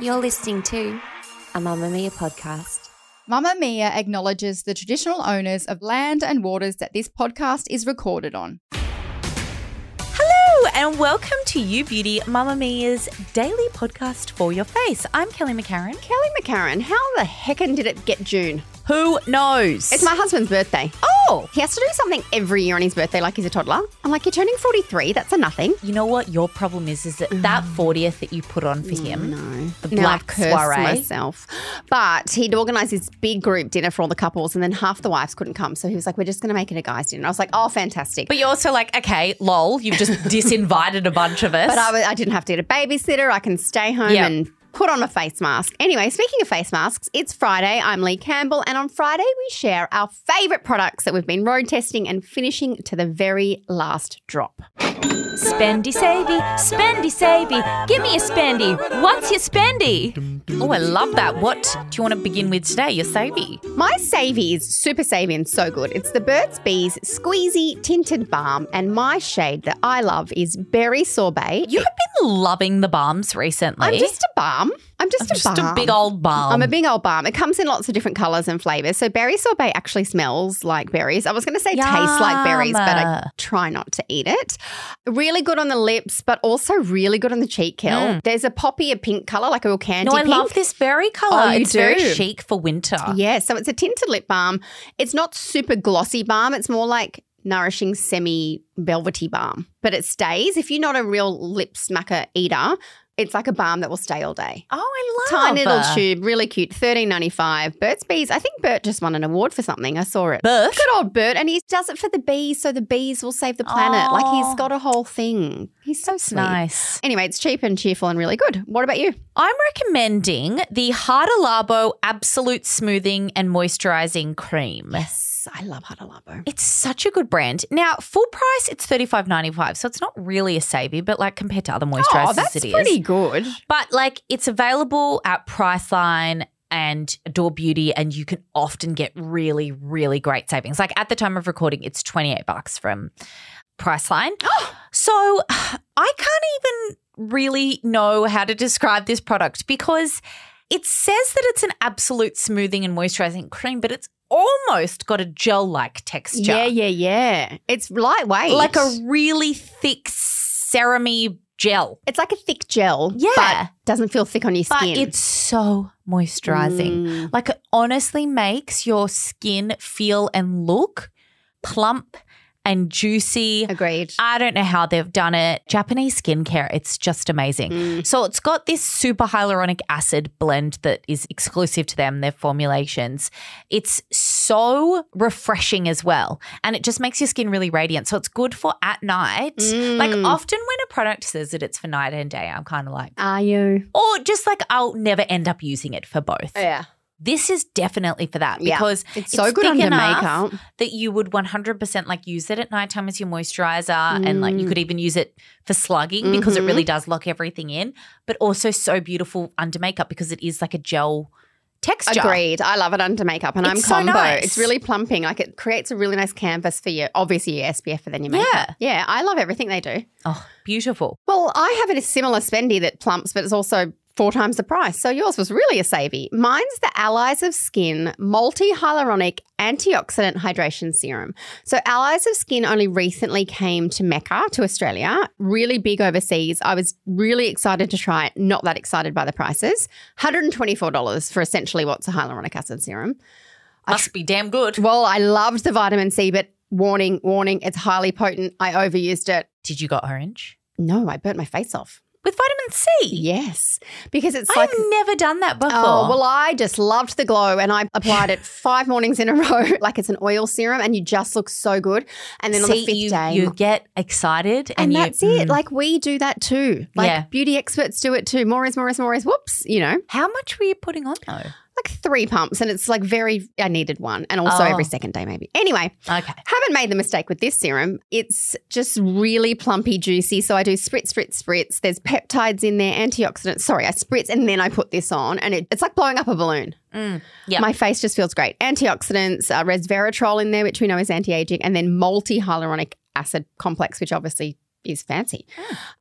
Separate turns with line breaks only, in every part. You're listening to a Mamma Mia podcast.
Mamma Mia acknowledges the traditional owners of land and waters that this podcast is recorded on.
Hello and welcome to You Beauty, Mamma Mia's daily podcast for your face. I'm Kelly McCarran.
Kelly McCarran, how the heckin' did it get June?
Who knows?
It's my husband's birthday.
Oh!
He has to do something every year on his birthday, like he's a toddler. I'm like, you're turning 43, that's a nothing.
You know what your problem is? Is that that 40th that you put on for him?
Mm. No.
The
Now
black
I've cursed
soiree.
myself. But he'd organised this big group dinner for all the couples, and then half the wives couldn't come. So he was like, we're just going to make it a guy's dinner. I was like, oh, fantastic.
But you're also like, okay, lol, you've just disinvited a bunch of us.
But I, wa- I didn't have to get a babysitter. I can stay home
Yep.
and put on a face mask. Anyway, speaking of face masks, it's Friday. I'm Lee Campbell. And on Friday, we share our favorite products that we've been road testing and finishing to the very last drop.
Spendy savey, spendy savey, give me a spendy. What's your spendy?
oh, I love that. What do you want to begin with today? Your savvy.
My Savy is super savvy and so good. It's the Burt's Bees Squeezy Tinted Balm. And my shade that I love is Berry Sorbet.
You have been loving the balms recently.
I'm just a balm. I'm just, a,
just a
balm.
big old balm.
I'm a big old balm. It comes in lots of different colours and flavours. So berry sorbet actually smells like berries. I was going to say tastes like berries, but I
Yum.
try not to eat it. Really good on the lips, but also really good on the cheek hill. There's a poppy, a pink colour, like a real candy
Mm. no, I
pink.
love this berry color.
Oh, you
it's very
do.
chic for winter.
Yeah, so it's a tinted lip balm. It's not super glossy balm. It's more like nourishing semi velvety balm, but it stays. If you're not a real lip smacker eater, it's like a balm that will stay all day.
Oh, I love
Tiny little tube, really cute, thirteen ninety five. Burt's Bees. I think Bert just won an award for something. I saw it.
Bert?
good old Bert, and he does it for the bees, so the bees will save the planet. Like he's got a whole thing. He's so sweet.
Oh. Nice.
Anyway, it's cheap and cheerful and really good. What about you?
I'm recommending the Hada Labo Absolute Smoothing and Moisturizing Cream.
Yes, I love Huddalabo.
It's such a good brand. Now, full price, it's $35.95. So it's not really a savvy, but like compared to other moisturizers,
Oh, that's
it is.
pretty good.
But like it's available at Priceline and Adore Beauty, and you can often get really, really great savings. Like at the time of recording, it's 28 bucks from Priceline. so I can't even really know how to describe this product because it says that it's an absolute smoothing and moisturizing cream, but it's almost got a gel like texture.
Yeah, yeah, yeah. It's lightweight,
Like a really thick ceramy gel.
It's like a thick gel.
Yeah.
but doesn't feel thick on your
But
skin. Mm.
it's so moisturizing. Like it honestly makes your skin feel and look plump and juicy.
agreed.
I don't know how they've done it. Japanese skincare, it's just amazing.
Mm.
So it's got this super hyaluronic acid blend that is exclusive to them, their formulations. It's so refreshing as well. And it just makes your skin really radiant. So it's good for at night.
Mm.
Like often when a product says that it's for night and day, I'm kind of like,
Are you?
or just like I'll never end up using it for both.
Yeah.
This is definitely for that
Yeah.
because
It's so good
thick
under
enough
makeup.
that you would 100% like use it at nighttime as your moisturizer and
Mm.
like you could even use it for slugging because it
Mm-hmm.
really does lock everything in, but also so beautiful under makeup because it is like a gel texture.
Agreed. I love it under makeup, and I'm
It's so
combo.
nice.
It's really plumping. Like it creates a really nice canvas for your obviously your SPF and then your makeup.
Yeah.
yeah. I love everything they do.
Oh, beautiful.
Well, I have a similar spendy that plumps, but it's also four times the price. So yours was really a savvy. Mine's the Allies of Skin Multi Hyaluronic Antioxidant Hydration Serum. So Allies of Skin only recently came to Mecca, to Australia, really big overseas. I was really excited to try it, not that excited by the prices. $124 for essentially what's a hyaluronic acid serum.
Must be damn good.
Well, I loved the vitamin C, but warning, warning, it's highly potent. I overused it.
Did you got orange?
No, I burnt my face off.
with vitamin C.
Yes, because it's
I've
like
never done that before.
Oh, well, I just loved the glow and I applied it five mornings in a row. Like it's an oil serum and you just look so good. And then on the
See,
fifth
you,
day,
you get excited and,
and
you, mm.
that's it. Like we do that too. Like
Yeah.
beauty experts do it too. More is, more is, more is. Whoops, you know,
How much were you putting on though?
like three pumps. And it's like very, I needed one. And also
Oh.
every second day, maybe. Anyway,
Okay.
haven't made the mistake with this serum. It's just really plumpy, juicy. So I do spritz, spritz, spritz. There's peptides in there, antioxidants. Sorry, I spritz and then I put this on, and it, it's like blowing up a balloon.
Mm. yeah.
My face just feels great. Antioxidants, uh, resveratrol in there, which we know is anti aging, and then multi hyaluronic acid complex, which obviously is fancy.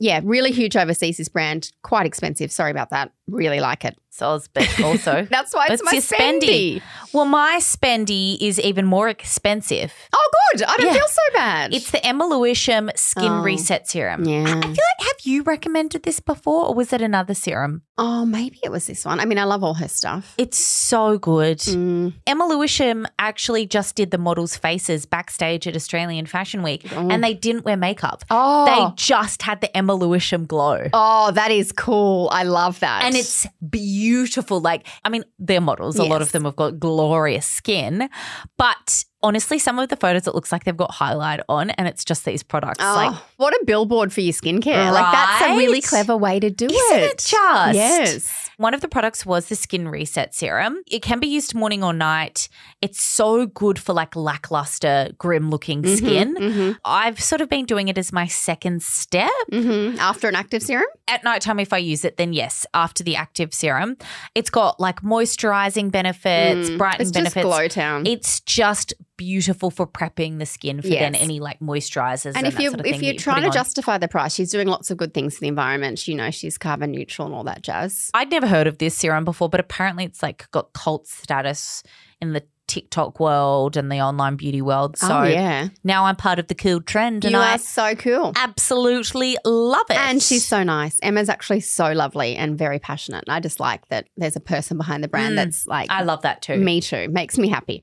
Yeah, really huge overseas this brand, quite expensive. Sorry about that. Really like it.
Salisbury also.
That's why it's
That's
my
your
spendy.
Oh. spendy. well, my spendy is even more expensive.
Oh, good. I don't
Yeah.
feel so bad.
It's the Emma Lewisham Skin
Oh.
Reset Serum. I
yeah.
I feel like have you recommended this before, or was it another serum?
Oh, maybe it was this one. I mean, I love all her stuff.
It's so good.
Mm.
Emma Lewisham actually just did the models' faces backstage at Australian Fashion Week, and they didn't wear makeup.
Oh.
They just had the Emma Lewisham glow.
Oh, that is cool. I love that.
And it's beautiful. Like, I mean, they're models. A lot
Yes.
of them have got glorious skin. But honestly, some of the photos, it looks like they've got highlight on and it's just these products.
Oh,
Like,
what a billboard for your skincare. Like that's a really
Right?
clever way to do
Isn't it just?
Yes.
One of the products was the Skin Reset Serum. It can be used morning or night. It's so good for like lackluster, grim looking
Mm-hmm,
skin. I've sort of been doing it as my second step.
Mhm. After an active serum?
At nighttime, if I use it, then yes, after the active serum. It's got like moisturizing benefits, brightening
Mm, It's just
benefits.
glow town.
It's just beautiful for prepping the skin for then
Yes.
any like moisturizers.
and if
that
you
sort of
if
thing
you're
that
trying to
putting on.
justify the price, she's doing lots of good things for the environment. She, you know, she's carbon neutral and all that jazz.
I'd never heard of this serum before, but apparently it's like got cult status in the TikTok world and the online beauty world. So
oh yeah,
now I'm part of the cool trend and
you
I
are so cool.
absolutely love it.
And she's so nice. Emma's actually so lovely and very passionate. I just like that there's a person behind the brand
Mm.
that's like
I love that too.
me too. Makes me happy.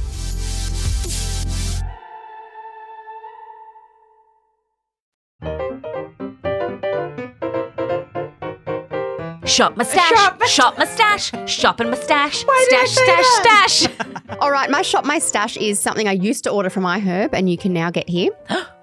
Shop mustache, shop, mustache, shop and mustache, stash, stash, stash.
All right, my shop, my stash is something I used to order from iHerb, and you can now get here.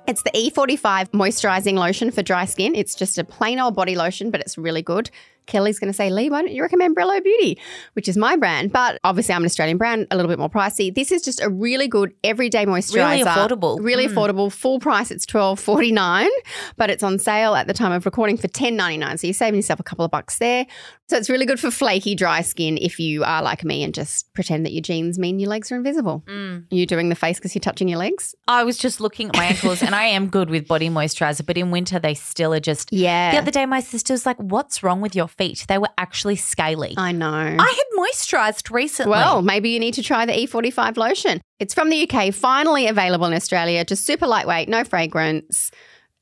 It's the E45 moisturizing lotion for dry skin. It's just a plain old body lotion, but it's really good. Kelly's going to say, Lee, why don't you recommend Brello Beauty, which is my brand? But obviously, I'm an Australian brand, a little bit more pricey. This is just a really good everyday moisturizer.
affordable.
Really
Mm.
affordable. Full price, it's twelve forty nine, but it's on sale at the time of recording for ten ninety nine. So you're saving yourself a couple of bucks there. So it's really good for flaky, dry skin if you are like me and just pretend that your jeans mean your legs are invisible.
Mm.
You're doing the face because you're touching your legs.
I was just looking at my ankles and I am good with body moisturizer, but in winter they still are just.
Yeah,
The other day, my sister was like, What's wrong with your feet? They were actually scaly.
I know.
I had moisturized recently.
well, maybe you need to try the E45 lotion. It's from the UK, finally available in Australia. Just super lightweight, no fragrance,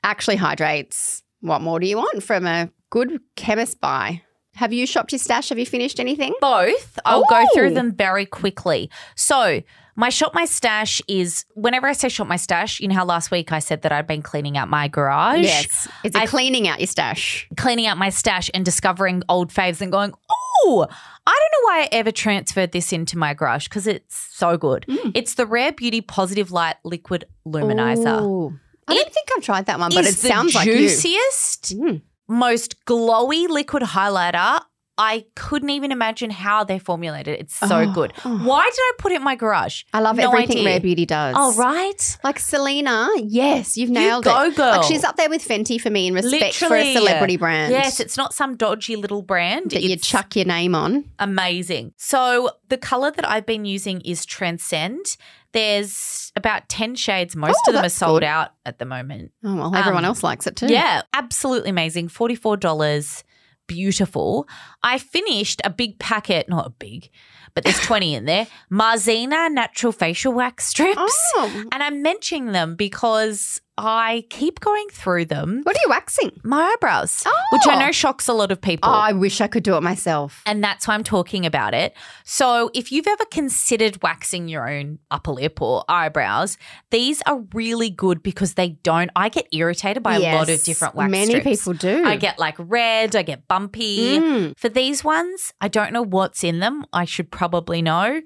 actually hydrates. What more do you want from a good chemist buy? Have you shopped your stash? Have you finished anything?
both. I'll go
Oh.
through them very quickly. So, my shop my stash is whenever I say shop my stash, you know how last week I said that I'd been cleaning out my garage?
Yes. It's a
I-
cleaning out your stash.
Cleaning out my stash and discovering old faves and going, oh, I don't know why I ever transferred this into my garage because it's so good.
Mm.
It's the Rare Beauty Positive Light Liquid Luminizer.
Ooh. I don't think I've tried that one, but it
is
sounds
the
like you.
juiciest,
Mm.
most glowy liquid highlighter. I couldn't even imagine how they formulated it. It's so
Oh,
good.
oh.
Why did I put it in my garage?
I love
No
everything
idea.
Rare Beauty does.
Oh, right.
Like Selena, yes, you've
You
nailed
go,
it.
girl.
Like she's up there with Fenty for me in respect
Literally.
for a celebrity brand.
Yes, it's not some dodgy little brand.
that you
It's
chuck your name on.
amazing. So the color that I've been using is Transcend. There's about 10 shades. Most
Oh,
of them are
that's
sold
good.
out at the moment.
Oh, well, everyone
Um,
else likes it too.
Yeah, absolutely amazing. $44. Beautiful. I finished a big packet, not a big, but there's 20 in there. Marzina natural facial wax strips.
Oh,
And I'm mentioning them because I keep going through them.
what are you waxing?
My eyebrows,
Oh.
which I know shocks a lot of people.
Oh, I wish I could do it myself.
And that's why I'm talking about it. So, if you've ever considered waxing your own upper lip or eyebrows, these are really good because they don't. I get irritated by a lot of
Yes,
different wax
Many
strips.
people do.
I get like red, I get bumpy.
Mm.
For these ones, I don't know what's in them. I should probably know.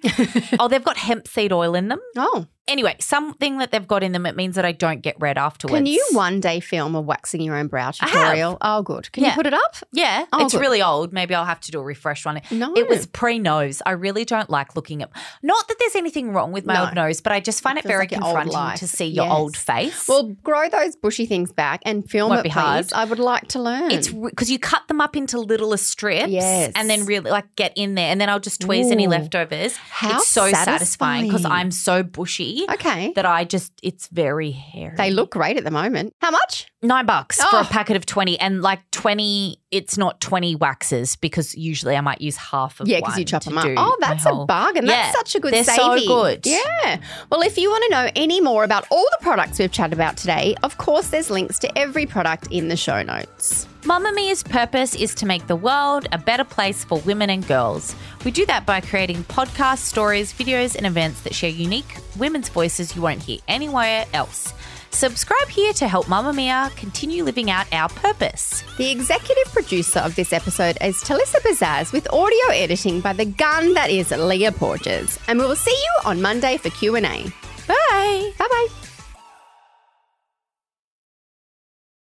oh, they've got hemp seed oil in them.
Oh,
Anyway, something that they've got in them, it means that I don't get red afterwards.
can you one day film a waxing your own brow
I have.
tutorial? Oh, good. Can you
Yeah.
put it up?
Yeah,
Oh,
it's
good.
really old. Maybe I'll have to do a refresh one.
No.
It was pre nose. I really don't like looking at. Not that there's anything wrong with my
No.
old nose, but I just find
It
it,
feels
very
like your old
confronting
life.
to see your
Yes.
old face.
Well, grow those bushy things back and film
Won't
it,
be
please.
hard.
I would like to learn.
it's because you cut them up into littler strips,
Yes.
and then really like get in there, and then I'll just tweeze any
Ooh.
leftovers.
How
it's so satisfying because
satisfying.
I'm so bushy
okay.
that I just it's very hairy.
They look great at the moment. How much?
Nine bucks for
Oh.
a packet of 20 and like 20, it's not 20 waxes because usually I might use half of
Yeah,
because
because you chop them up.
do
Oh,
my
that's a
whole-
bargain.
Yeah,
that's such a good
they're so
saving.
good.
Yeah. Well, if you want to know any more about all the products we've chatted about today, of course, there's links to every product in the show notes.
Mamma Mia's purpose is to make the world a better place for women and girls. We do that by creating podcasts, stories, videos, and events that share unique women's voices you won't hear anywhere else. Subscribe here to help Mamma Mia continue living out our purpose.
The executive producer of this episode is Talissa Bazaz with audio editing by the gun that is Leah Porges. And we will see you on Monday for Q&A. Bye. Bye-bye.